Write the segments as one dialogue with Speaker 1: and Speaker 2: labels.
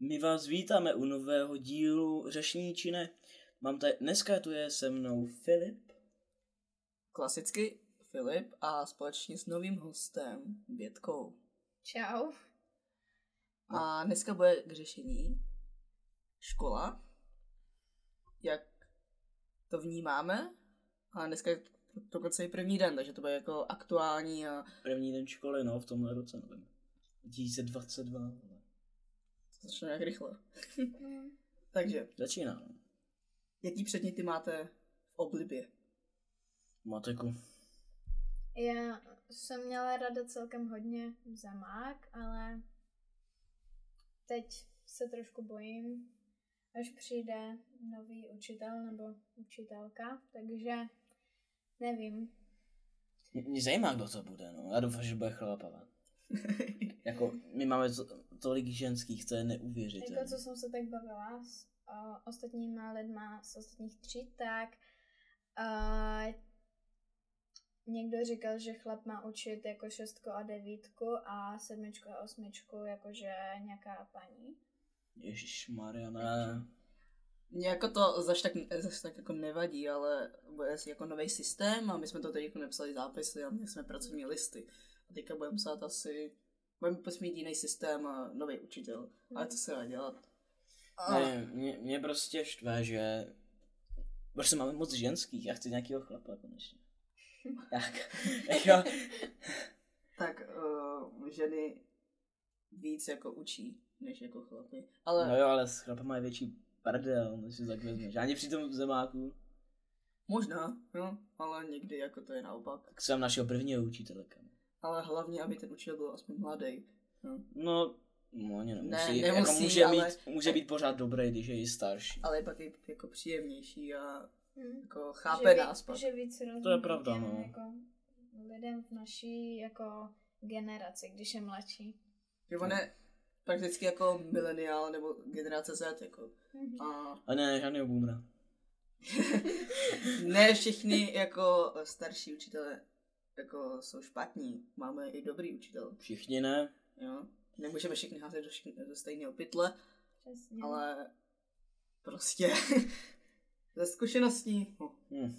Speaker 1: My vás vítáme u nového dílu Řešení či ne. Mám tady, dneska tu je se mnou Filip
Speaker 2: Klasicky Filip a společně s novým hostem Bětkou.
Speaker 3: Čau.
Speaker 2: A dneska bude k řešení škola, jak to vnímáme. A dneska je dokonce i první den, takže to bude jako aktuální a
Speaker 1: první den školy, no, v tomhle roce, nevím. 2022. vole.
Speaker 2: to začne nějak rychle. takže,
Speaker 1: Začíná. no.
Speaker 2: jaký předměty máte v oblibě?
Speaker 1: Matiku.
Speaker 3: Já jsem měla rada celkem hodně za mák, ale teď se trošku bojím, až přijde nový učitel nebo učitelka, takže nevím.
Speaker 1: Mě, mě zajímá, kdo to bude, no. Já doufám, že bude chlap, ale... jako, my máme to, tolik ženských, to je neuvěřitelné.
Speaker 3: Jako co jsem se tak bavila s o, ostatníma lidma z ostatních tříd, tak a, někdo říkal, že chlap má učit jako šestku a devítku a sedmičku a osmičku jakože nějaká paní.
Speaker 1: Ježíš Mariana.
Speaker 2: Mně jako to zaš tak, zaš tak jako nevadí, ale bude jako nový systém a my jsme to teď jako nepsali zápisy a měli jsme pracovní listy. A teďka budeme psát asi, budeme prostě mít jiný systém a nový učitel, ale
Speaker 3: Hm.
Speaker 2: to se dá dělat.
Speaker 3: Jako-
Speaker 2: A,
Speaker 1: Ne, mě, mě prostě štve, že prostě máme moc ženských, já chci nějakého chlapa konečně. Tak, jako,
Speaker 2: tak uh, ženy víc jako učí, než jako chlapy. Ale
Speaker 1: no jo, ale s chlapama je větší prdel, než si tak vezmeš. Ani při tom zemáku,
Speaker 2: možná, no, ale někdy jako to je naopak.
Speaker 1: tak jsem našeho prvního učitele. kámo.
Speaker 2: Ale hlavně, aby ten učitel byl aspoň mladý. No.
Speaker 1: No, no ani nemusí,
Speaker 2: Ne,
Speaker 1: jako
Speaker 2: nemusí,
Speaker 1: může,
Speaker 2: ale-
Speaker 1: být, může být pořád dobrý, když je i starší.
Speaker 2: Ale je pak i jako příjemnější a
Speaker 3: Hm.
Speaker 2: jako chápe
Speaker 3: že
Speaker 2: nás pak.
Speaker 3: Víc, že víc rozumí
Speaker 1: To je pravda,
Speaker 3: těm,
Speaker 1: no.
Speaker 3: Jako lidem v naší jako generaci, když je mladší.
Speaker 2: Že on je prakticky jako mileniál nebo generace Z, jako. A
Speaker 1: A ne, žádného boomra.
Speaker 2: ne všichni jako starší učitelé jako jsou špatní. Máme i dobrý učitel,
Speaker 1: Všichni ne.
Speaker 2: jo. Nemůžeme všechny házet do, všichni, do stejného pytle,
Speaker 3: Přesně.
Speaker 2: ale prostě ze zkušeností. no.
Speaker 1: Hm.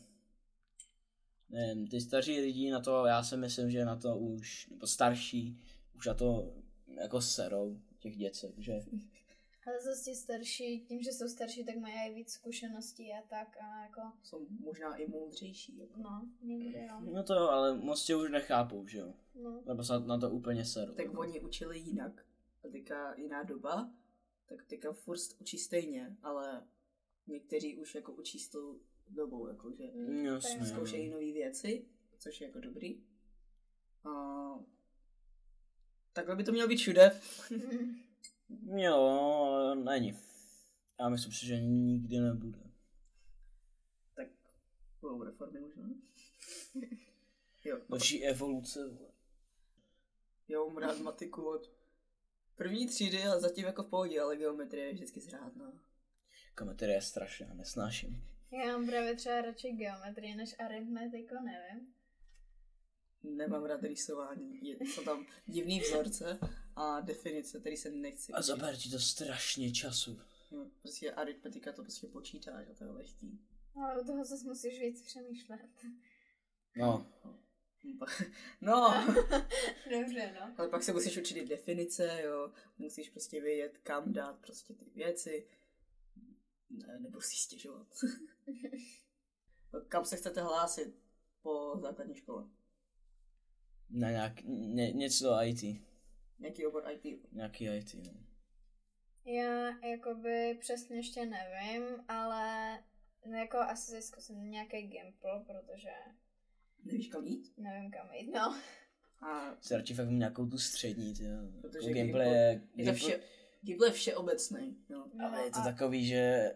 Speaker 1: Nevím, ty starší lidi na to, já si myslím, že na to už, nebo starší, už na to jako serou těch děcek, že
Speaker 3: Ale zase ti starší, tím, že jsou starší, tak mají i víc zkušeností a tak a jako,
Speaker 2: Jsou možná i moudřejší. Jako.
Speaker 3: no, někde jo.
Speaker 1: No to jo, ale moc tě už nechápou, že jo?
Speaker 3: No.
Speaker 1: Nebo se na to úplně seru.
Speaker 2: Tak oni učili jinak. A teďka jiná doba, tak teďka furt učí stejně, ale někteří už jako učí s tou dobou, jako že
Speaker 3: Hm,
Speaker 1: Jasně,
Speaker 3: to je-
Speaker 1: jo.
Speaker 2: zkoušejí nové věci, což je jako dobrý. A... Takhle by to mělo být všude.
Speaker 1: Jo, ale není. Já myslím si, že nikdy nebude.
Speaker 2: tak budou reformy možná. Jo,
Speaker 1: Další evoluce, vole.
Speaker 2: já mám rád matiku od první třídy a zatím jako v pohodě, ale geometrie je vždycky zrádná.
Speaker 1: Kameterie je strašná, nesnáším.
Speaker 3: Já mám právě třeba radši geometrii než aritmetiku, nevím.
Speaker 2: Nemám rád rýsování, je, jsou tam divný vzorce a definice, který se nechci
Speaker 1: A
Speaker 2: učit.
Speaker 1: zabere ti to strašně času.
Speaker 2: Jo, Prostě aritmetika to prostě počítáš a to je lehký.
Speaker 3: Ale u toho zase musíš víc přemýšlet.
Speaker 1: No,
Speaker 2: Hm, No!
Speaker 3: Dobře, no.
Speaker 2: Ale pak se musíš učit i definice, jo. Musíš prostě vědět, kam dát prostě ty věci. Ne, nebo si stěžovat. kam se chcete hlásit po základní škole?
Speaker 1: na nějak, ně, něco IT.
Speaker 2: Nějaký obor IT?
Speaker 1: Nějaký IT, no.
Speaker 3: Já jakoby přesně ještě nevím, ale no jako asi zkusím nějaký gimpl, protože
Speaker 2: Nevíš kam jít?
Speaker 3: nevím kam jít, no.
Speaker 2: A
Speaker 1: Se radši fakt nějakou tu střední, ty jo.
Speaker 2: Protože
Speaker 1: Jako gameplay je...
Speaker 2: je to
Speaker 1: Gameplay,
Speaker 2: vše, Gimple je všeobecný, jo.
Speaker 3: no
Speaker 1: ale je to
Speaker 3: a
Speaker 1: takový, že...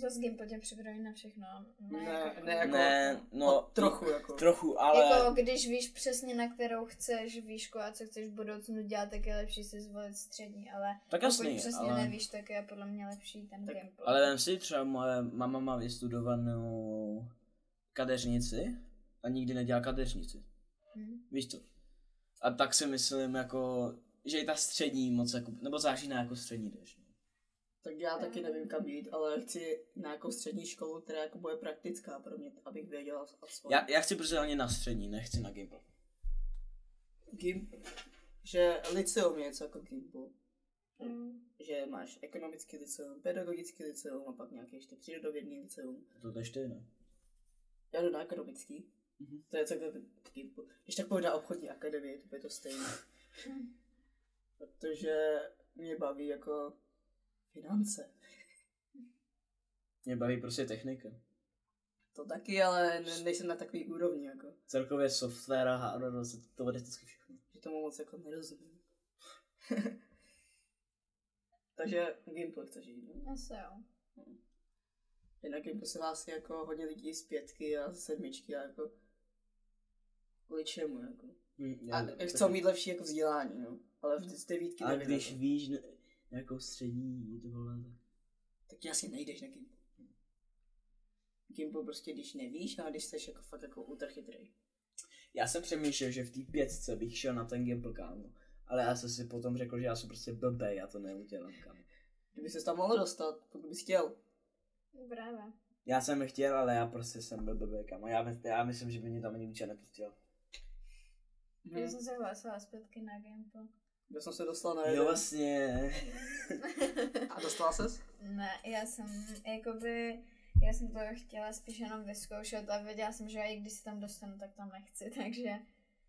Speaker 3: To s gimpl tě připraví na všechno. No,
Speaker 2: Ne, ne, jako,
Speaker 1: Ne, no,
Speaker 2: trochu, jako.
Speaker 1: Trochu, ale...
Speaker 3: Ale... Jako když víš přesně, na kterou chceš výšku a co chceš v budoucnu dělat, tak je lepší si zvolit střední, ale
Speaker 1: tak
Speaker 3: pokud
Speaker 1: jasný,
Speaker 3: přesně
Speaker 1: ale...
Speaker 3: nevíš, tak je podle mě lepší ten
Speaker 2: Tak-
Speaker 3: gimpl.
Speaker 1: Ale vem si, třeba moje mama má vystudovanou kadeřnici a nikdy nedělá kadeřnici.
Speaker 3: Hm.
Speaker 1: Víš to? A tak si myslím, jako, že i ta střední moc, jako, nebo záží na jako střední jdeš. No.
Speaker 2: Tak já taky nevím, kam jít, ale chci nějakou střední školu, která jako bude praktická pro mě, abych věděla aspoň.
Speaker 1: Já, já chci personálně na střední, nechci na Gimbal.
Speaker 2: Gim, že liceum je něco jako Gimbu.
Speaker 3: Mm.
Speaker 2: Že máš ekonomický liceum, pedagogický liceum a pak nějaký ještě přírodovědný liceum.
Speaker 1: To jdeš ty, no. ne?
Speaker 2: Já jdu na ekonomický.
Speaker 1: Mhm.
Speaker 2: To je co Gimbu. Když tak půjdu na obchodní akademii, to by to stejné.
Speaker 3: Hm.
Speaker 2: Protože mě baví jako finance.
Speaker 1: Mě baví prostě technika.
Speaker 2: To taky, ale ne, nejsem na takový úrovni, jako.
Speaker 1: Celkově software a hardware, no, to- to bude vždycky všechno.
Speaker 2: Že tomu moc jako nerozumím. Takže Gimple chceš jít, no?
Speaker 3: Asi jo.
Speaker 2: Jinak jim se hlásí jako hodně lidí z pětky a z sedmičky a jako kvůli čemu jako.
Speaker 1: Hm,
Speaker 2: A
Speaker 1: já- to-
Speaker 2: chcou mít lepší jako vzdělání, no. Ale v z devítky
Speaker 1: A
Speaker 2: nevím.
Speaker 1: když
Speaker 2: jako.
Speaker 1: víš ne- nějakou střední jít, vole, tak...
Speaker 2: Tak jasně nejdeš na Gimple. Gimple prostě když nevíš, a když jsi jako fakt jako utrchytrý.
Speaker 1: Já jsem přemýšlel, že v té pětce bych šel na ten Gimbal, kámo. Ale já jsem si potom řekl, že já jsem prostě blbej, já to neudělám, kámo.
Speaker 2: Kdyby se tam mohl dostat, pokud bys chtěl.
Speaker 3: Právě.
Speaker 1: Já jsem chtěl, ale já prostě jsem byl blbej, kámo. Já, my- já myslím, že by mě tam ani učitel nepustil.
Speaker 3: Já jsem se hlásila zpětky na Gampo.
Speaker 2: Já jsem se dostal na
Speaker 1: Jo,
Speaker 2: jeden.
Speaker 1: vlastně.
Speaker 2: A dostala ses?
Speaker 3: Ne, já jsem, jakoby, já jsem to chtěla spíš jenom vyzkoušet a věděla jsem, že i když se tam dostanu, tak tam nechci, takže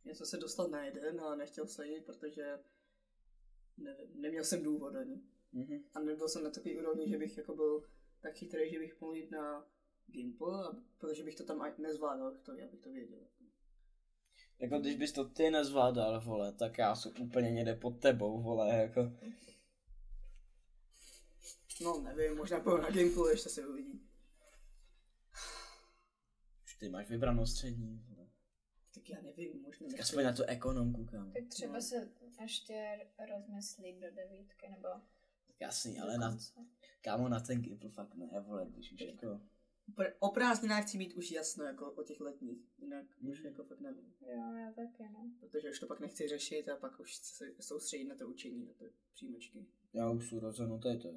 Speaker 2: Já jsem se dostal na jeden, ale nechtěl jsem jít, protože nevím, neměl jsem důvod ani.
Speaker 1: Mhm.
Speaker 2: A nebyl jsem na takový úrovni, že bych jako byl tak chytrý, že bych mohl jít na Gimple, a- protože bych to tam ani nezvládal, to, já bych to věděl.
Speaker 1: Jako když bys to ty nezvládal, vole, tak já jsem úplně někde pod tebou, vole, jako.
Speaker 2: No nevím, možná půjdu na Gimple, ještě se uvidí.
Speaker 1: Už ty máš vybranou střední, vole.
Speaker 2: Tak já nevím, možná
Speaker 1: Tak
Speaker 2: nechci.
Speaker 1: aspoň na tu ekonomku, kámo.
Speaker 3: Tak třeba
Speaker 2: No.
Speaker 3: no. se ještě rozmyslí do devítky, nebo
Speaker 1: Tak jasný,
Speaker 3: do
Speaker 1: ale na,
Speaker 3: konce.
Speaker 1: kámo, na ten Gimpl fakt ne, vole, když už jako.
Speaker 2: Pr- O prázdninách chci mít už jasno, jako o těch letních, jinak už
Speaker 1: Mhm.
Speaker 2: jako fakt nevím.
Speaker 3: Jo, já taky, no.
Speaker 2: Protože už to pak nechci řešit a pak už chci se soustředit na to učení, na to příjmačky.
Speaker 1: Já už jsem rozhodnutý teď.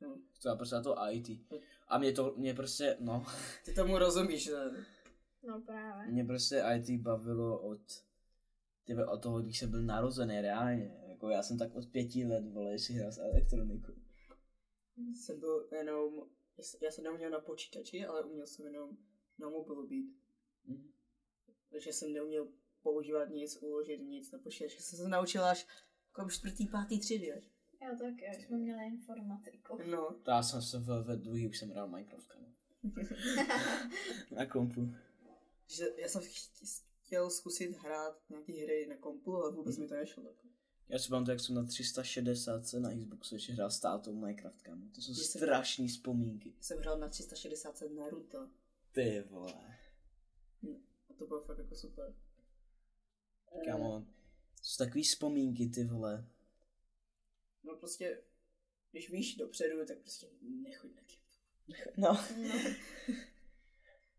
Speaker 2: No.
Speaker 1: Chci já prostě na to IT. A mě to, mě prostě, no,
Speaker 2: Ty tomu rozumíš, že?
Speaker 3: No právě.
Speaker 1: mě prostě IT bavilo od, ty ve- od toho, když jsem byl narozený, reálně. Jako já jsem tak od pěti let, vole, si hrál s elektronikou.
Speaker 2: Jsem byl jenom, já jsem neuměl na počítači, ale uměl jsem jenom na mobilu být.
Speaker 1: Mhm.
Speaker 2: takže jsem neuměl používat nic, uložit nic, nepočítat, že jsem se naučil až kolem čtvrtý, pátý třídy. až.
Speaker 3: Já taky, jak jsme měli informatiku.
Speaker 2: No,
Speaker 1: To já jsem se ve, ve druhý, už jsem hrál Minecraft, kámo. Na kompu.
Speaker 2: že já jsem chtě- chtěl zkusit hrát nějaké hry na kompu, ale vůbec mi to nešlo. Tak.
Speaker 1: Já si pamatuju, jak jsem na 360 na Xboxu ještě hrál s tátou Minecraft, kámo. To jsou
Speaker 2: Když jsem-
Speaker 1: strašný vzpomínky.
Speaker 2: Jsem hrál na 360 Naruto
Speaker 1: Ty vole.
Speaker 2: a to bylo fakt jako super. Eh,
Speaker 1: Kámo, to jsou takový vzpomínky, ty vole.
Speaker 2: No prostě, když víš dopředu, tak prostě nechoď na Gimple.
Speaker 1: No.
Speaker 3: No,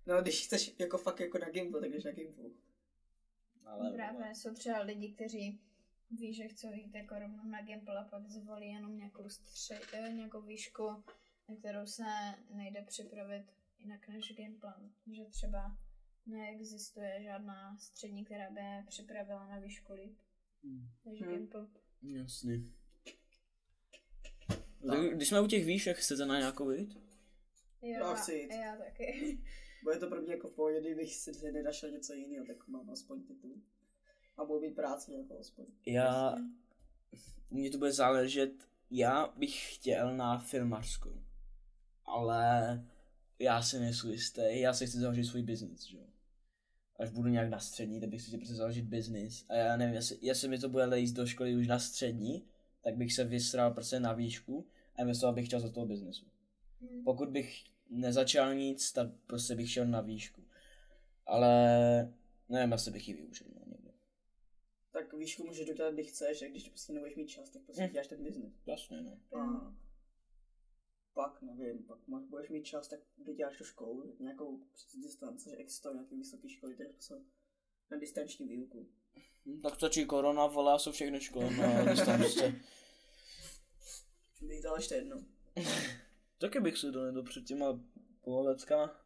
Speaker 2: No, když chceš jako fakt jako na Gimple, tak jdeš na Gimple.
Speaker 1: Ale, vole.
Speaker 3: právě jsou třeba lidi, kteří ví, že chcou jít jako rovnou na Gimple a pak zvolí jenom nějakou, stře- eh, nějakou výšku, na kterou se nejde připravit jinak než Gimplem. Že třeba neexistuje žádná střední, která by je připravila na výšku líp
Speaker 1: Hm,
Speaker 3: než
Speaker 2: Hmm.
Speaker 3: Gimple.
Speaker 1: Jasný. Tak, když jsme u těch výšek, chcete na nějakou jít?
Speaker 3: Jo,
Speaker 2: Já chci jít.
Speaker 3: Já taky.
Speaker 2: Bude to pro mě jako v pohodě, kdybych si nenašel něco jiného, tak mám aspoň titul. A budu mít práci jako aspoň.
Speaker 1: Já, mně to bude záležet, já bych chtěl na filmařskou. Ale já si nejsem jistý, já si chci založit svůj biznis, že jo. Až budu nějak na střední, tak bych si chtěl prostě založit biznis. A já nevím, jestli, jestli mi to bude lejít do školy už na střední, tak bych se vysral prostě na výšku a investoval bych čas do toho biznisu.
Speaker 3: Hm.
Speaker 1: pokud bych nezačal nic, tak prostě bych šel na výšku. Ale nevím, asi bych ji využil no, někde.
Speaker 2: tak výšku můžeš dodělat, kdy chceš, a když prostě nebudeš mít čas, tak prostě
Speaker 1: Hm.
Speaker 2: děláš ten biznis.
Speaker 1: Jasně, no.
Speaker 2: A pak, nevím, pak máš, budeš mít čas, tak doděláš tu školu, nějakou přes distance, že existují nějaké vysoké školy, které jsou na distanční výuku.
Speaker 1: Hm, Tak stačí korona, no, volá se všechny školy na distanci.
Speaker 2: Bych dal ještě jedno.
Speaker 1: Taky bych si to nedal před těma pololeckama.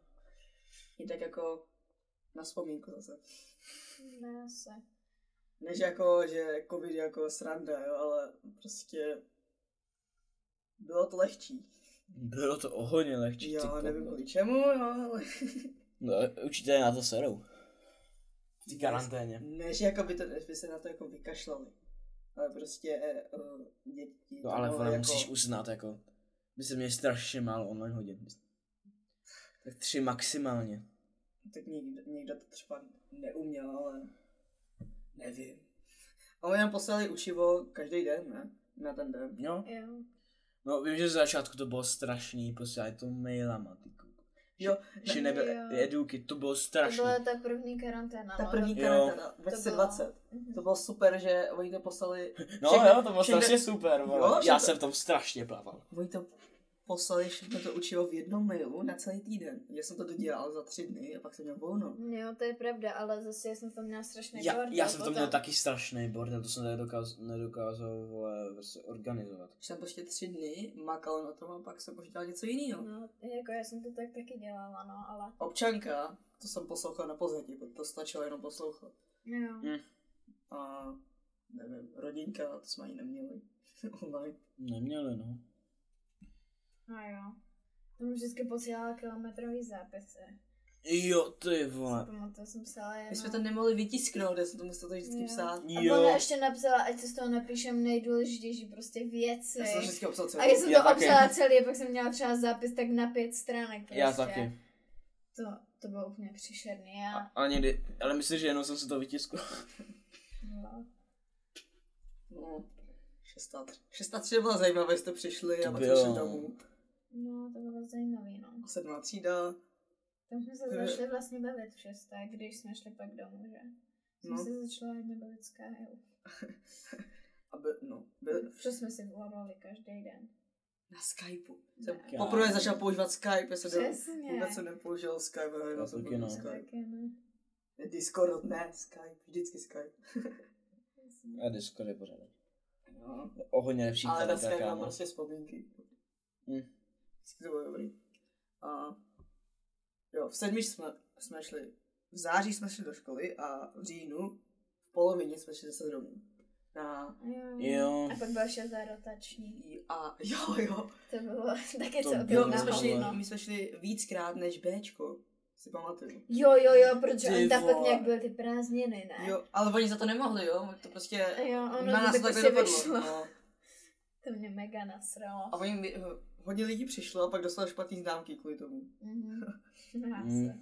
Speaker 2: I tak jako na vzpomínku zase.
Speaker 3: Ne, se.
Speaker 2: Než jako, že covid je jako sranda, jo, ale prostě bylo to lehčí.
Speaker 1: Bylo to o hodně lehčí. ty
Speaker 2: Já
Speaker 1: kokot.
Speaker 2: nevím kvůli čemu, jo, ale
Speaker 1: No, určitě na to serou. Ty karanténě.
Speaker 2: než jako by, to, by se na to jako vykašlali. Ale prostě uh, děti.
Speaker 1: No
Speaker 2: to jako
Speaker 1: ale
Speaker 2: bylo
Speaker 1: vole, musíš uznat, jako, my jsme měli strašně málo online hodin. Tak tři maximálně.
Speaker 2: tak někdo, někdo to třeba neuměl, ale nevím. A oni nám poslali učivo každý den, ne? Na ten den.
Speaker 1: Jo?
Speaker 3: Jo.
Speaker 1: No vím, že z začátku to bylo strašný, posílali to mailama, ty kuku.
Speaker 2: Jo,
Speaker 1: Že
Speaker 3: ne-
Speaker 1: nebyly
Speaker 3: jo.
Speaker 1: eduky, to bylo
Speaker 3: To
Speaker 1: strašný.
Speaker 3: byla ta první karanténa.
Speaker 2: Ta
Speaker 3: no.
Speaker 2: první
Speaker 1: Jo.
Speaker 2: karanténa, 2020.
Speaker 3: Mhm.
Speaker 2: To bylo super, že oni to poslali,
Speaker 1: No
Speaker 2: všechno-
Speaker 1: jo, to bylo
Speaker 2: všechno-
Speaker 1: strašně super,
Speaker 2: Jo,
Speaker 1: vole. Já
Speaker 2: všechno-
Speaker 1: jsem v tom strašně plaval.
Speaker 2: oni to poslali všechno to učivo v jednom mailu na celý týden. Já jsem to dodělal za tři dny a pak jsem měl volno.
Speaker 3: Jo, to je pravda, ale zase já jsem tam měla strašný
Speaker 1: Já,
Speaker 3: bordel
Speaker 1: já jsem to
Speaker 3: potom.
Speaker 1: měl taky strašný bordel, to jsem nedokázal, nedokázal vole, prostě organizovat.
Speaker 2: Že jsem prostě tři dny makal na tom a pak jsem už dělal něco jiného.
Speaker 3: No, jako já jsem to tak taky dělala, no, ale...
Speaker 2: Občanka, to jsem poslouchal na pozadí, protože to stačilo jenom poslouchat.
Speaker 3: Jo.
Speaker 2: a nevím, rodinka, to jsme ani neměli online.
Speaker 1: Neměli, no.
Speaker 3: No jo. Tam vždycky posílala kilometrový zápisy.
Speaker 1: Jo, ty
Speaker 3: No.
Speaker 1: vole.
Speaker 3: Pamatuju, jsem psala jenom...
Speaker 2: My jsme to nemohli vytisknout, já jsem to musel to vždycky
Speaker 3: Jo.
Speaker 2: psát.
Speaker 3: A ona ještě napsala, ať si z toho napíšem nejdůležitější prostě věci.
Speaker 2: Já jsem to vždycky obsal celý.
Speaker 3: A já jsem
Speaker 1: Já
Speaker 3: to
Speaker 1: taky.
Speaker 3: obsala celý, a pak jsem měla třeba zápis tak na pět stránek. Prostě.
Speaker 1: Já taky.
Speaker 3: To, to bylo úplně příšerný.
Speaker 1: A,
Speaker 3: Já,
Speaker 1: a někdy, ale myslím, že jenom jsem si to vytiskl.
Speaker 3: no.
Speaker 2: No, 63. 63 byla zajímavá, jestli to přišli
Speaker 1: To
Speaker 2: a pak
Speaker 1: bylo.
Speaker 2: jsme šli domů.
Speaker 3: no, to bylo zajímavý, no.
Speaker 2: A Sedmá třída,
Speaker 3: Tam jsme se
Speaker 2: To je-
Speaker 3: začali vlastně bavit v šesté, když jsme šli pak domů, že? Jsme
Speaker 2: No.
Speaker 3: se začala hodně bavit s Kájou.
Speaker 2: a by, no, byl
Speaker 3: Protože jsme si volali každý den.
Speaker 2: na Skypeu. Jsem
Speaker 3: Ne.
Speaker 2: poprvé začal používat Skype, já jsem do,
Speaker 3: Přesně.
Speaker 2: vůbec No, jsem nepoužil Skype, ale jenom jsem
Speaker 1: taky
Speaker 2: použil
Speaker 1: ne.
Speaker 3: Já
Speaker 2: Skype.
Speaker 3: taky ne.
Speaker 2: Discord, ne, Skype, vždycky Skype.
Speaker 3: Přesně.
Speaker 1: A Discord je pořád.
Speaker 2: No.
Speaker 1: O hodně lepší
Speaker 2: Ale na
Speaker 1: kvalita,
Speaker 2: Skype mám
Speaker 1: kámo.
Speaker 2: prostě vzpomínky.
Speaker 1: Hm.
Speaker 2: Vždycky to bylo dobrý. A jo, v sedmi jsme, jsme šli, v září jsme šli do školy a v říjnu v polovině jsme šli zase domů. Na, E
Speaker 1: Jo.
Speaker 3: A pak byl šestá rotační.
Speaker 2: a jo, jo,
Speaker 3: To bylo taky
Speaker 1: To
Speaker 3: co
Speaker 2: jo,
Speaker 1: bylo
Speaker 2: my
Speaker 1: na
Speaker 2: jsme, šli,
Speaker 1: hovno.
Speaker 2: my jsme šli víckrát než Bčko, si pamatuju.
Speaker 3: Jo, jo, jo, protože
Speaker 1: Ty
Speaker 3: on tam pak
Speaker 1: vole.
Speaker 3: nějak byl ty prázdniny, ne?
Speaker 2: Jo, ale oni za to nemohli, jo, to prostě
Speaker 3: Jo, ono
Speaker 2: na nás
Speaker 3: to
Speaker 2: to
Speaker 3: tak
Speaker 2: takhle
Speaker 3: prostě
Speaker 2: dopadlo.
Speaker 3: vyšlo.
Speaker 2: No.
Speaker 3: To mě mega nasralo.
Speaker 2: A oni, mi- hodně lidí přišlo a pak dostali špatný známky kvůli tomu.
Speaker 3: Mhm. Já
Speaker 1: Mm.
Speaker 3: se-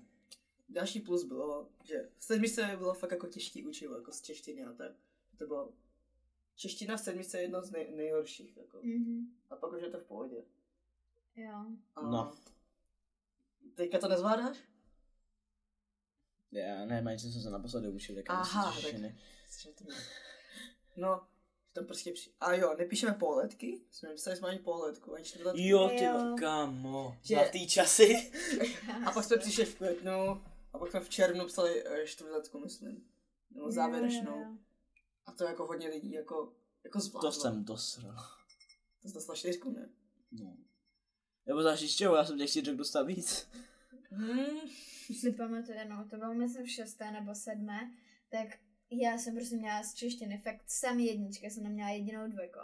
Speaker 2: Další plus bylo, že v sedmice bylo fakt jako těžký učivo, jako z češtiny a tak. To bylo, čeština v sedmice je jedno z nej, nejhorších, jako.
Speaker 3: Mhm.
Speaker 2: A pak už je to v pohodě.
Speaker 3: Jo.
Speaker 2: A
Speaker 1: No.
Speaker 2: Teďka to nezvládáš?
Speaker 1: Já ne, mají, co jsem se naposledy učil, tak
Speaker 2: Aha,
Speaker 1: myslím, že
Speaker 2: tak-
Speaker 1: ne.
Speaker 2: No, že tam prostě při... A jo, nepíšeme poletky, jsme nepsali jsme ani poletku, ani čtvrtletku.
Speaker 1: Jo, ty
Speaker 3: Jo.
Speaker 1: kámo,
Speaker 2: Že-
Speaker 1: na ty časy.
Speaker 2: A pak jsme přišli v květnu, a pak jsme v červnu psali eh, čtvrtletku, myslím. Nebo závěrečnou. A to jako hodně lidí, jako, jako zvládlo.
Speaker 1: To jsem dosral.
Speaker 2: To jsi dostala čtyřku, ne?
Speaker 1: No. Nebo za čeho, já jsem těch čtyřek dostal víc.
Speaker 2: Hmm.
Speaker 3: Si pamatuju, no, to bylo myslím v šesté nebo sedmé, tak já jsem prostě měla z češtiny fakt samý jednička, jsem neměla jedinou dvojku.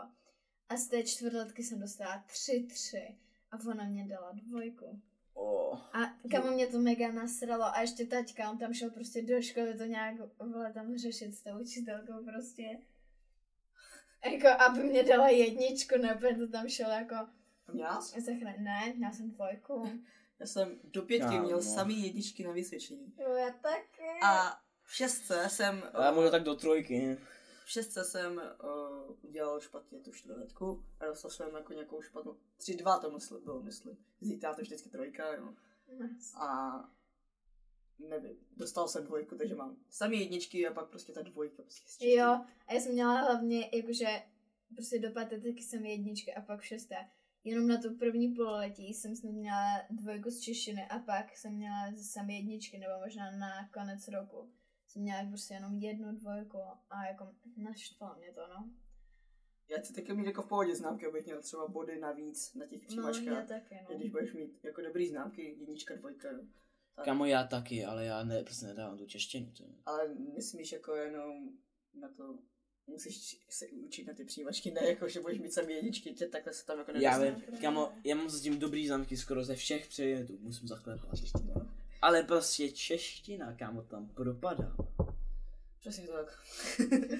Speaker 3: A z té čtvrtletky jsem dostala tři, tři. A ona mě dala dvojku.
Speaker 1: Oh.
Speaker 3: A kamo mě to mega nasralo. A ještě taťka, on tam šel prostě do školy to nějak vole, tam řešit s tou učitelkou prostě. Jako, aby mě dala jedničku, nebo to tam šel jako
Speaker 2: A měla jsi?
Speaker 3: zachránit. Ne, já jsem dvojku.
Speaker 2: Já jsem do pětky
Speaker 1: Kámo.
Speaker 2: měl samý jedničky na vysvědčení.
Speaker 3: Jo, já taky.
Speaker 2: A v šestce jsem,
Speaker 1: Já
Speaker 2: eh,
Speaker 1: možná tak do trojky. hm.
Speaker 2: v šestce jsem uh, udělal špatně tu čtvrtletku a dostal jsem jako nějakou špatnou, tři dva to mysl, bylo myslím, zítra to vždycky trojka, jo.
Speaker 3: No,
Speaker 2: A nevím, dostal jsem dvojku, takže mám samý jedničky a pak prostě ta dvojka. Prostě z češtiny.
Speaker 3: Jo, a já jsem měla hlavně, jakože prostě do patetiky jsem jednička a pak šestá. Jenom na to první pololetí jsem snad měla dvojku z češtiny a pak jsem měla sam jedničky, nebo možná na konec roku. Jsem měla prostě jenom jednu dvojku a jako naštvalo mě to, no.
Speaker 2: Já chci taky mít jako v pohodě známky, abych měl třeba body navíc na těch
Speaker 3: No, já
Speaker 2: přijímačkách.
Speaker 3: taky,
Speaker 2: I
Speaker 3: no.
Speaker 2: když budeš mít jako dobrý známky, jednička, dvojka, jo. Tak.
Speaker 1: Kamo, já taky, ale já ne, prostě nedávám tu češtinu. Ty.
Speaker 2: Ale nesmíš jako jenom na to, musíš se učit na ty přijímačky, ne jako, že budeš mít samý jedničky, tě takhle se tam jako
Speaker 1: Já
Speaker 2: nedostaneš.
Speaker 1: vím, kamo, já mám s tím dobrý známky skoro ze všech předmětů, musím zaklepat. Ale prostě čeština, kámo, tam propadá.
Speaker 2: Přesně tak.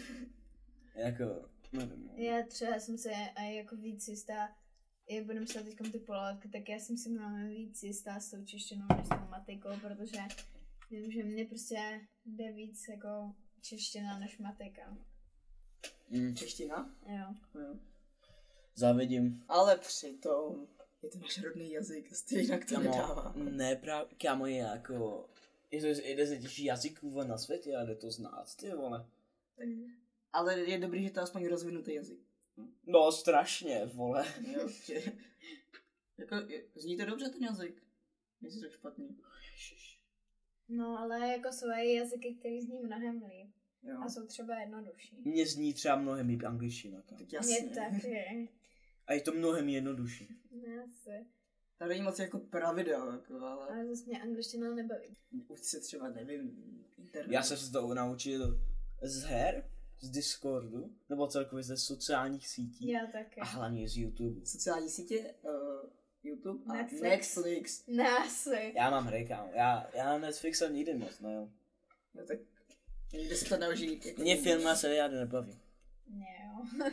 Speaker 1: Jako, nevím. no.
Speaker 3: Já třeba jsem se a jako víc jistá, jak budu myslet teď ty polovatky, tak já jsem si mnohem víc jistá s tou češtinou než s tou matikou, protože vím, že mě prostě jde víc jako čeština než matika.
Speaker 1: Mm,
Speaker 2: Čeština?
Speaker 3: Jo.
Speaker 2: Jo.
Speaker 1: závidím.
Speaker 2: Ale přitom je to náš rodný jazyk, stejně jak to nedává.
Speaker 1: ne právě, kámo, je jako, je to jeden z nejtěžších jazyků vole, na světě, ale jde to znát, ty vole.
Speaker 2: Ale je dobrý, že to je aspoň rozvinutý jazyk.
Speaker 1: No, strašně, vole.
Speaker 2: Jo, že, jako, je, zní to dobře ten jazyk. Nejsi tak špatný.
Speaker 3: No, ale jako jsou i jazyky, které zní mnohem líp
Speaker 2: Jo.
Speaker 3: a jsou třeba jednodušší.
Speaker 1: Mně zní třeba mnohem líp angličtina, kámo.
Speaker 2: Tak jasně.
Speaker 3: Mě taky.
Speaker 1: A je to mnohem jednodušší.
Speaker 3: Já se.
Speaker 2: Tady není moc jako pravidel, jako, ale
Speaker 3: Ale zase mě angličtina nebaví.
Speaker 2: už se třeba nevím. Internet.
Speaker 1: Já jsem se to naučil z her, z Discordu, nebo celkově ze sociálních sítí.
Speaker 3: Já taky.
Speaker 1: A hlavně z YouTube.
Speaker 2: Sociální sítě, uh, YouTube a
Speaker 3: Netflix.
Speaker 2: Netflix. Netflix.
Speaker 3: Násy.
Speaker 1: Já mám hry, kámo. Já, já Netflix jsem nikdy moc, no jo.
Speaker 2: No, tak někde se to naučí. Jako
Speaker 1: Mě film a seriály nebaví.
Speaker 3: Ne, jo.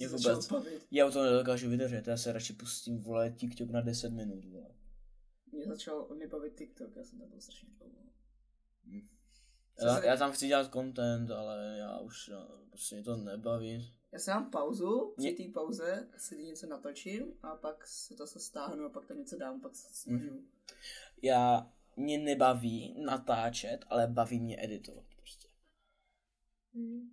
Speaker 2: že se
Speaker 1: vůbec.
Speaker 2: začal bavit.
Speaker 1: Já o tom nedokážu vydržet, já se radši pustím, vole, TikTok na 10 minut, vole.
Speaker 2: Mě začal nebavit TikTok, já jsem tam byl strašně dlouho. Co
Speaker 1: Já,
Speaker 2: se-
Speaker 1: já tam chci dělat content, ale já už no, prostě mě to nebaví.
Speaker 2: Já si dám pauzu, při
Speaker 1: Mě-
Speaker 2: té pauze si něco natočím a pak se to se stáhnu a pak tam něco dám, pak se
Speaker 1: Mhm.
Speaker 2: snažu.
Speaker 1: Já, mě nebaví natáčet, ale baví mě editovat prostě.
Speaker 3: Hm.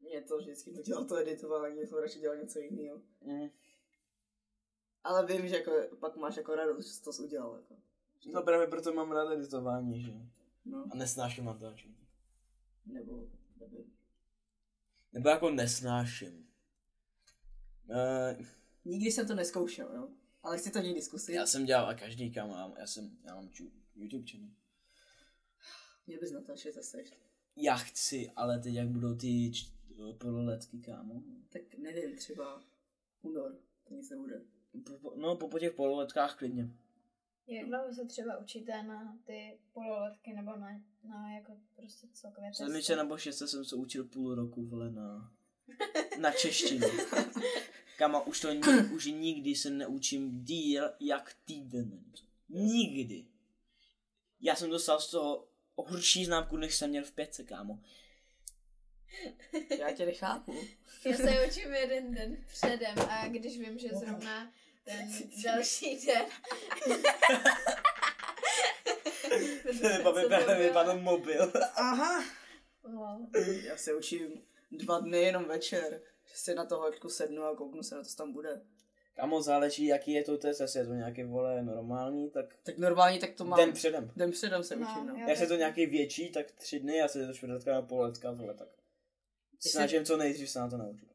Speaker 2: Mě to vždycky to dělalo to editování, já jsem radši dělal něco jiného.
Speaker 1: Mm.
Speaker 2: Ale vím, že jako, pak máš jako radost, že jsi to udělal. Jako.
Speaker 1: No právě proto mám rád editování, že jo.
Speaker 2: No,
Speaker 1: A nesnáším natáčení.
Speaker 2: nebo nevím.
Speaker 1: Nebo jako nesnáším. Eh,
Speaker 2: Nikdy jsem to neskoušel, jo. Ale chci to někdy zkusit.
Speaker 1: já jsem dělal a každý kam mám, já jsem, já mám ču, YouTube channel.
Speaker 2: Měl bys natáčet zase ještě.
Speaker 1: Já chci, ale teď jak budou ty č- pololetky, kámo.
Speaker 2: Tak nevím, třeba únor, to nic nebude.
Speaker 1: Po- po- No, po, po těch pololetkách klidně.
Speaker 3: Jak dlouho se třeba učíte na ty pololetky nebo na, na jako prostě celkově
Speaker 1: Sedmičce nebo šestce jsem se učil půl roku, vole, na, na češtinu. Kama, už to ni- už nikdy se neučím díl jak týden. na něco. Nikdy. Já jsem dostal z toho horší známku, než jsem měl v pětce, kámo.
Speaker 2: Já tě nechápu.
Speaker 3: Já se učím jeden den předem a když vím, že zrovna ten další den...
Speaker 1: mobil.
Speaker 2: Aha.
Speaker 3: Wow.
Speaker 2: Já se učím dva dny jenom večer, že si na to hoďku sednu a kouknu se na to, co tam bude.
Speaker 1: Kamo, záleží, jaký je to test, jestli je to nějaký, vole, normální, tak
Speaker 2: Tak normálně tak to mám.
Speaker 1: den předem.
Speaker 2: Den předem se
Speaker 3: No,
Speaker 2: učím, no.
Speaker 3: jo.
Speaker 1: Já se to nějaký větší, tak tři dny, já se to čtvrtka na pololetka, vole, tak. Snažím co nejdřív se na to naučit.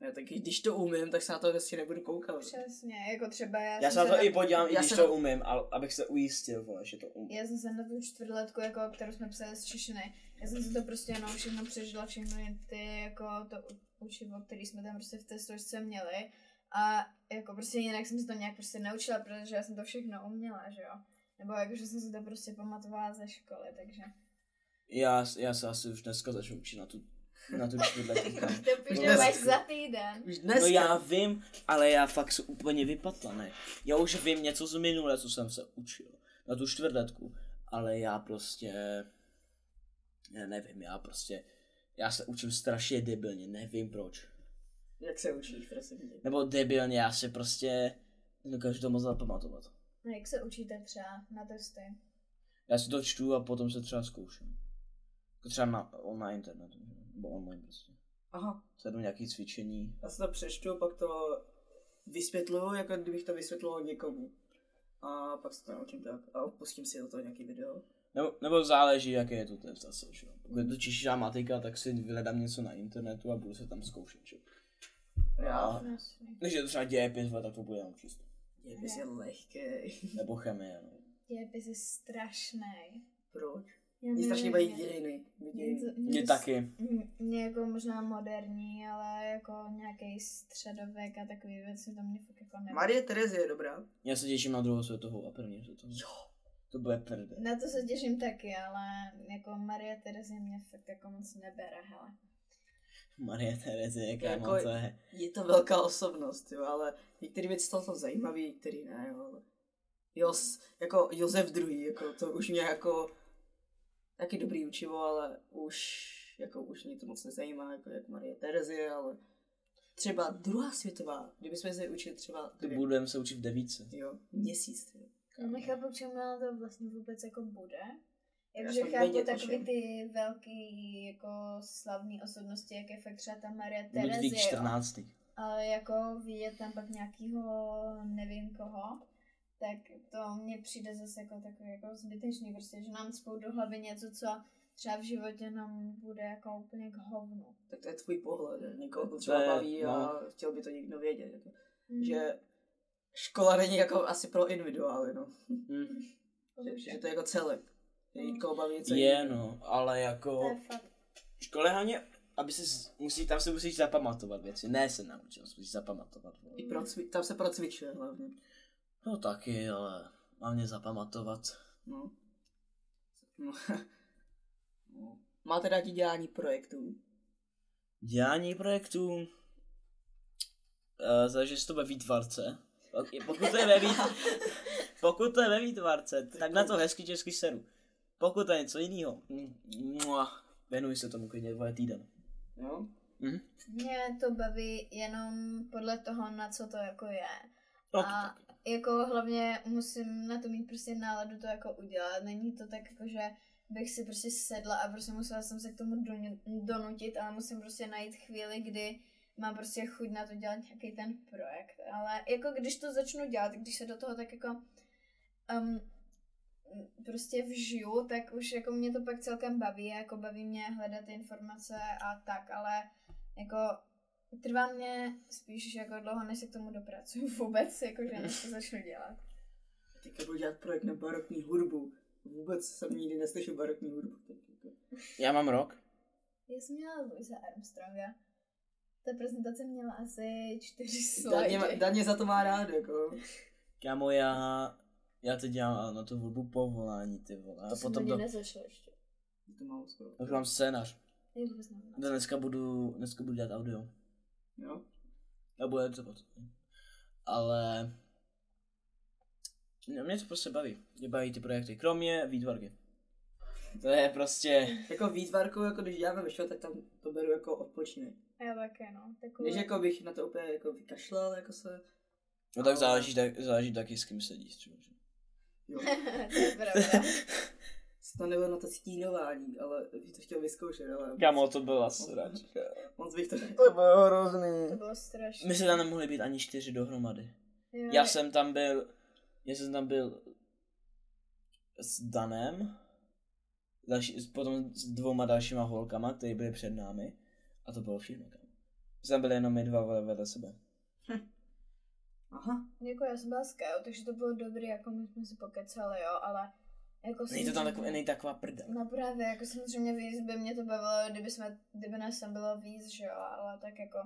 Speaker 2: Já tak když to umím, tak se na to vlastně nebudu koukat.
Speaker 3: Přesně, jako třeba já,
Speaker 1: Já se na to i podívám, i
Speaker 2: já
Speaker 1: když
Speaker 2: jsem-
Speaker 1: to umím, ale abych se ujistil, vole, že to umím.
Speaker 3: Já jsem se na tu čtvrtletku, jako, kterou jsme psali z Češiny, já jsem se to prostě jenom všechno přežila, všechno jen ty, jako to u- učivo, který jsme tam prostě v té složce měli. A jako prostě jinak jsem se to nějak prostě naučila, protože já jsem to všechno uměla, že jo. Nebo jakože jsem se to prostě pamatovala ze školy, takže.
Speaker 1: Já, já se asi už dneska začnu učit na tu, na tu čtvrtletku. kam.
Speaker 3: To
Speaker 1: No,
Speaker 3: píšu
Speaker 2: dnes-
Speaker 3: za týden.
Speaker 2: Už
Speaker 1: No
Speaker 2: dneska.
Speaker 1: já vím, ale já fakt jsem úplně vypadla, ne? Já už vím něco z minule, co jsem se učil na tu čtvrtletku, ale já prostě, já nevím, já prostě, já se učím strašně debilně, nevím proč.
Speaker 2: Jak se učíš, prosím tě?
Speaker 1: Nebo debilně, já si prostě nedokážu to moc zapamatovat.
Speaker 3: A No, jak se učíte třeba na testy?
Speaker 1: Já si to čtu a potom se třeba zkouším. Jako Třeba na, na internetu, že jo, nebo online prostě.
Speaker 2: Aha,
Speaker 1: Sledu nějaký cvičení.
Speaker 2: já se to přečtu, pak to vysvětluju, jako kdybych to vysvětloval někomu. A pak se to naučím tak a pustím si do toho nějaký video.
Speaker 1: Nebo, nebo záleží, jaký je to test asi, že jo. Pokud je to čeština matika, tak si vyhledám něco na internetu a budu se tam zkoušet, že jo.
Speaker 2: Já.
Speaker 1: A
Speaker 3: Jasný.
Speaker 1: když je to třeba dějepis, vole, tak to bude jenom číst.
Speaker 2: Dějepis je lehký.
Speaker 1: Nebo chemie, no.
Speaker 3: Dějepis je strašný.
Speaker 2: Proč?
Speaker 3: Já
Speaker 2: Mě strašně baví
Speaker 3: nevím,
Speaker 2: dějiny.
Speaker 3: mě
Speaker 2: dějiny.
Speaker 3: to-
Speaker 1: Mě
Speaker 3: s-
Speaker 1: taky.
Speaker 3: m- Mě jako možná moderní, ale jako nějaký středověk a takový věci, to mě fakt jako nebaví.
Speaker 2: Marie Terezie je dobrá.
Speaker 1: Já se těším na druhou světovou a první světovou.
Speaker 2: Jo.
Speaker 1: To bude prdel.
Speaker 3: Na to se těším taky, ale jako Maria Terezie mě fakt jako moc nebere, hele.
Speaker 1: Marie Terezie,
Speaker 2: Jako-
Speaker 1: kámo, to je.
Speaker 2: Je to velká osobnost, jo, ale některé věci tam jsou zajímavé, některé ne, jo, ale... Jos, jako Josef druhý, jako to už mě jako taky dobrý učivo, ale už, jako už mě to moc nezajímá, jako jak Marie Terezie, ale třeba druhá světová, kdybychom se učili třeba
Speaker 1: To
Speaker 2: dvě-
Speaker 1: budeme se učit v devíce.
Speaker 2: jo, měsíc, jo.
Speaker 3: Já nechápu, k čemu na to vlastně vůbec jako bude.
Speaker 2: Já
Speaker 3: Jakože
Speaker 2: jsem
Speaker 3: chápu
Speaker 2: vědět, o
Speaker 3: takový
Speaker 2: čem.
Speaker 3: ty velký jako slavný osobnosti, jak je fakt třeba ta Maria
Speaker 1: Ludvík
Speaker 3: Terezie, jo.
Speaker 1: 14.
Speaker 3: ale jako vidět tam pak nějakýho nevím koho, tak to mně přijde zase jako takový jako zbytečný, prostě, že nám spou do hlavy něco, co třeba v životě nám bude jako úplně k hovnu.
Speaker 2: Tak to je tvůj pohled, jo. někoho
Speaker 1: To
Speaker 2: to třeba
Speaker 1: je- no.
Speaker 2: baví a chtěl by to někdo vědět, jako, že škola není jako asi pro individuály, no.
Speaker 1: Hm.
Speaker 2: Že, že to je jako celek. Že někoho baví něco
Speaker 1: Je,
Speaker 2: jiného.
Speaker 1: no, ale jako...
Speaker 3: To je fakt.
Speaker 1: škole hlavně, aby se musí, tam se musíš zapamatovat věci. Ne se naučit, tam se musíš zapamatovat. vole.
Speaker 2: I procvi- tam se procvičuje hlavně.
Speaker 1: No taky, ale hlavně zapamatovat.
Speaker 2: No. no. no. Máte rádi dělání projektů?
Speaker 1: Dělání projektů. Uh, záleží, jestli to bude výtvarce. Pak- Pokud to je ve, vít, pokud to je ve výtvarce, tak na to hezky český seru. Pokud to je něco jiného, věnuji se tomu klidně dvoje týden.
Speaker 2: Jo.
Speaker 3: Mě to baví jenom podle toho, na co to jako je.
Speaker 1: No, to
Speaker 3: A
Speaker 1: taky.
Speaker 3: jako hlavně musím na to mít prostě náladu to jako udělat. Není to tak jako, že bych si prostě sedla a prostě musela jsem se k tomu doně- donutit, ale musím prostě najít chvíli, kdy mám prostě chuť na to dělat nějaký ten projekt. Ale jako když to začnu dělat, když se do toho tak jako um, prostě vžiju, tak už jako mě to pak celkem baví, a jako baví mě hledat informace a tak, ale jako trvá mě spíš jako dlouho, než se k tomu dopracuju vůbec, jakože než to začnu dělat.
Speaker 2: Teďka budu dělat projekt na barokní hudbu. Vůbec jsem nikdy neslyšel barokní hudbu. Tak jako-
Speaker 1: Já mám rok.
Speaker 3: Já jsem měla Louisa Armstronga. Ta prezentace měla asi čtyři
Speaker 2: Daně,
Speaker 3: slidy.
Speaker 2: ma- Daně za to má rád, jako.
Speaker 1: Kámo, já, já to dělám na tu hudbu povolání, ty vole. A
Speaker 3: to jsem
Speaker 1: potom
Speaker 3: do...
Speaker 1: do,
Speaker 3: nezačala ještě.
Speaker 2: To mám skoro.
Speaker 1: pak mám scénář.
Speaker 3: Jak vůbec nevím.
Speaker 1: Dneska budu, dneska budu dělat audio.
Speaker 2: Jo.
Speaker 1: A bude to potom. Ale... No, mě to prostě baví. Mě baví ty projekty, kromě výtvarky. To je prostě...
Speaker 2: Jako výtvarku, jako když děláme ve škole, tak tam to beru jako odpočinek.
Speaker 3: Já také, no. Takovou...
Speaker 2: Když jako bych na to úplně jako vykašlal, jako se...
Speaker 1: No tak záleží, tak, záleží taky s kým sedíš třeba. že?
Speaker 2: Jo.
Speaker 3: to je pravda.
Speaker 2: To nebylo na to stínování, ale bych to chtěl vyzkoušet, ale...
Speaker 1: Kámo, to byla
Speaker 2: sračka.
Speaker 1: sračka.
Speaker 2: Moc bych to...
Speaker 1: bylo
Speaker 3: To
Speaker 1: hrozný.
Speaker 3: bylo strašné.
Speaker 1: My se tam nemohli být ani čtyři dohromady.
Speaker 3: Jo, jako-
Speaker 1: Já jsem tam byl... Já jsem tam byl... S Danem. Další, s- potom s dvouma dalšíma holkama, které byly před námi. A to bylo všechno. kámo. My jsme tam byli jenom my dva vole, vedle sebe.
Speaker 2: Aha.
Speaker 3: Jako já jsem byla s Kajou, takže to bylo dobrý, jako my jsme si pokecali, jo, ale jako
Speaker 1: Není to tam
Speaker 3: samozřejmě-
Speaker 1: taková, není taková prdel.
Speaker 3: No právě, jako samozřejmě víc by mě to bavilo, kdyby, jsme, kdyby nás tam bylo víc, že jo, ale tak jako,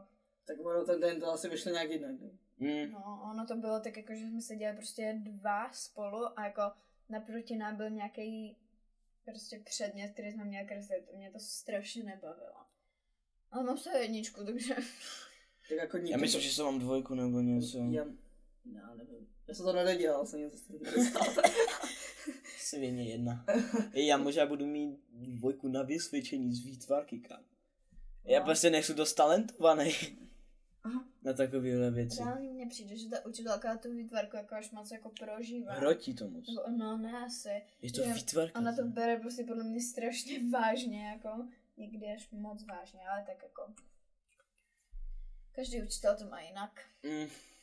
Speaker 2: Tak ono ten den to asi vyšlo nějak jinak. ne?
Speaker 1: Mm.
Speaker 3: no, ono to bylo tak jako, že jsme se dělali prostě dva spolu a jako naproti nám byl nějaký prostě předmět, který jsme měli kreslit, mě to strašně nebavilo. Ale mám se jedničku, takže
Speaker 2: Tak jako nikdy.
Speaker 1: Já myslím, že jsem mám dvojku nebo něco.
Speaker 2: Já, já nevím. Já jsem to nedodělal, jsem něco s tím dostal.
Speaker 1: Svině jedna. Ej, já možná budu mít dvojku na vysvědčení z výtvarky, kam. Já
Speaker 2: No.
Speaker 1: prostě nejsem dost talentovaný
Speaker 2: Aha.
Speaker 1: na takovéhle věci.
Speaker 3: reálně mně přijde, že ta učitelka tu výtvarku jako až moc jako prožívá.
Speaker 1: Hrotí to moc.
Speaker 3: Nebo- No, ne asi.
Speaker 1: Je to
Speaker 3: Jo,
Speaker 1: výtvarka.
Speaker 3: Ona to
Speaker 1: ne?
Speaker 3: bere prostě podle mě strašně vážně, jako někdy až moc vážně, ale tak jako každý učitel to má jinak.
Speaker 1: Mm.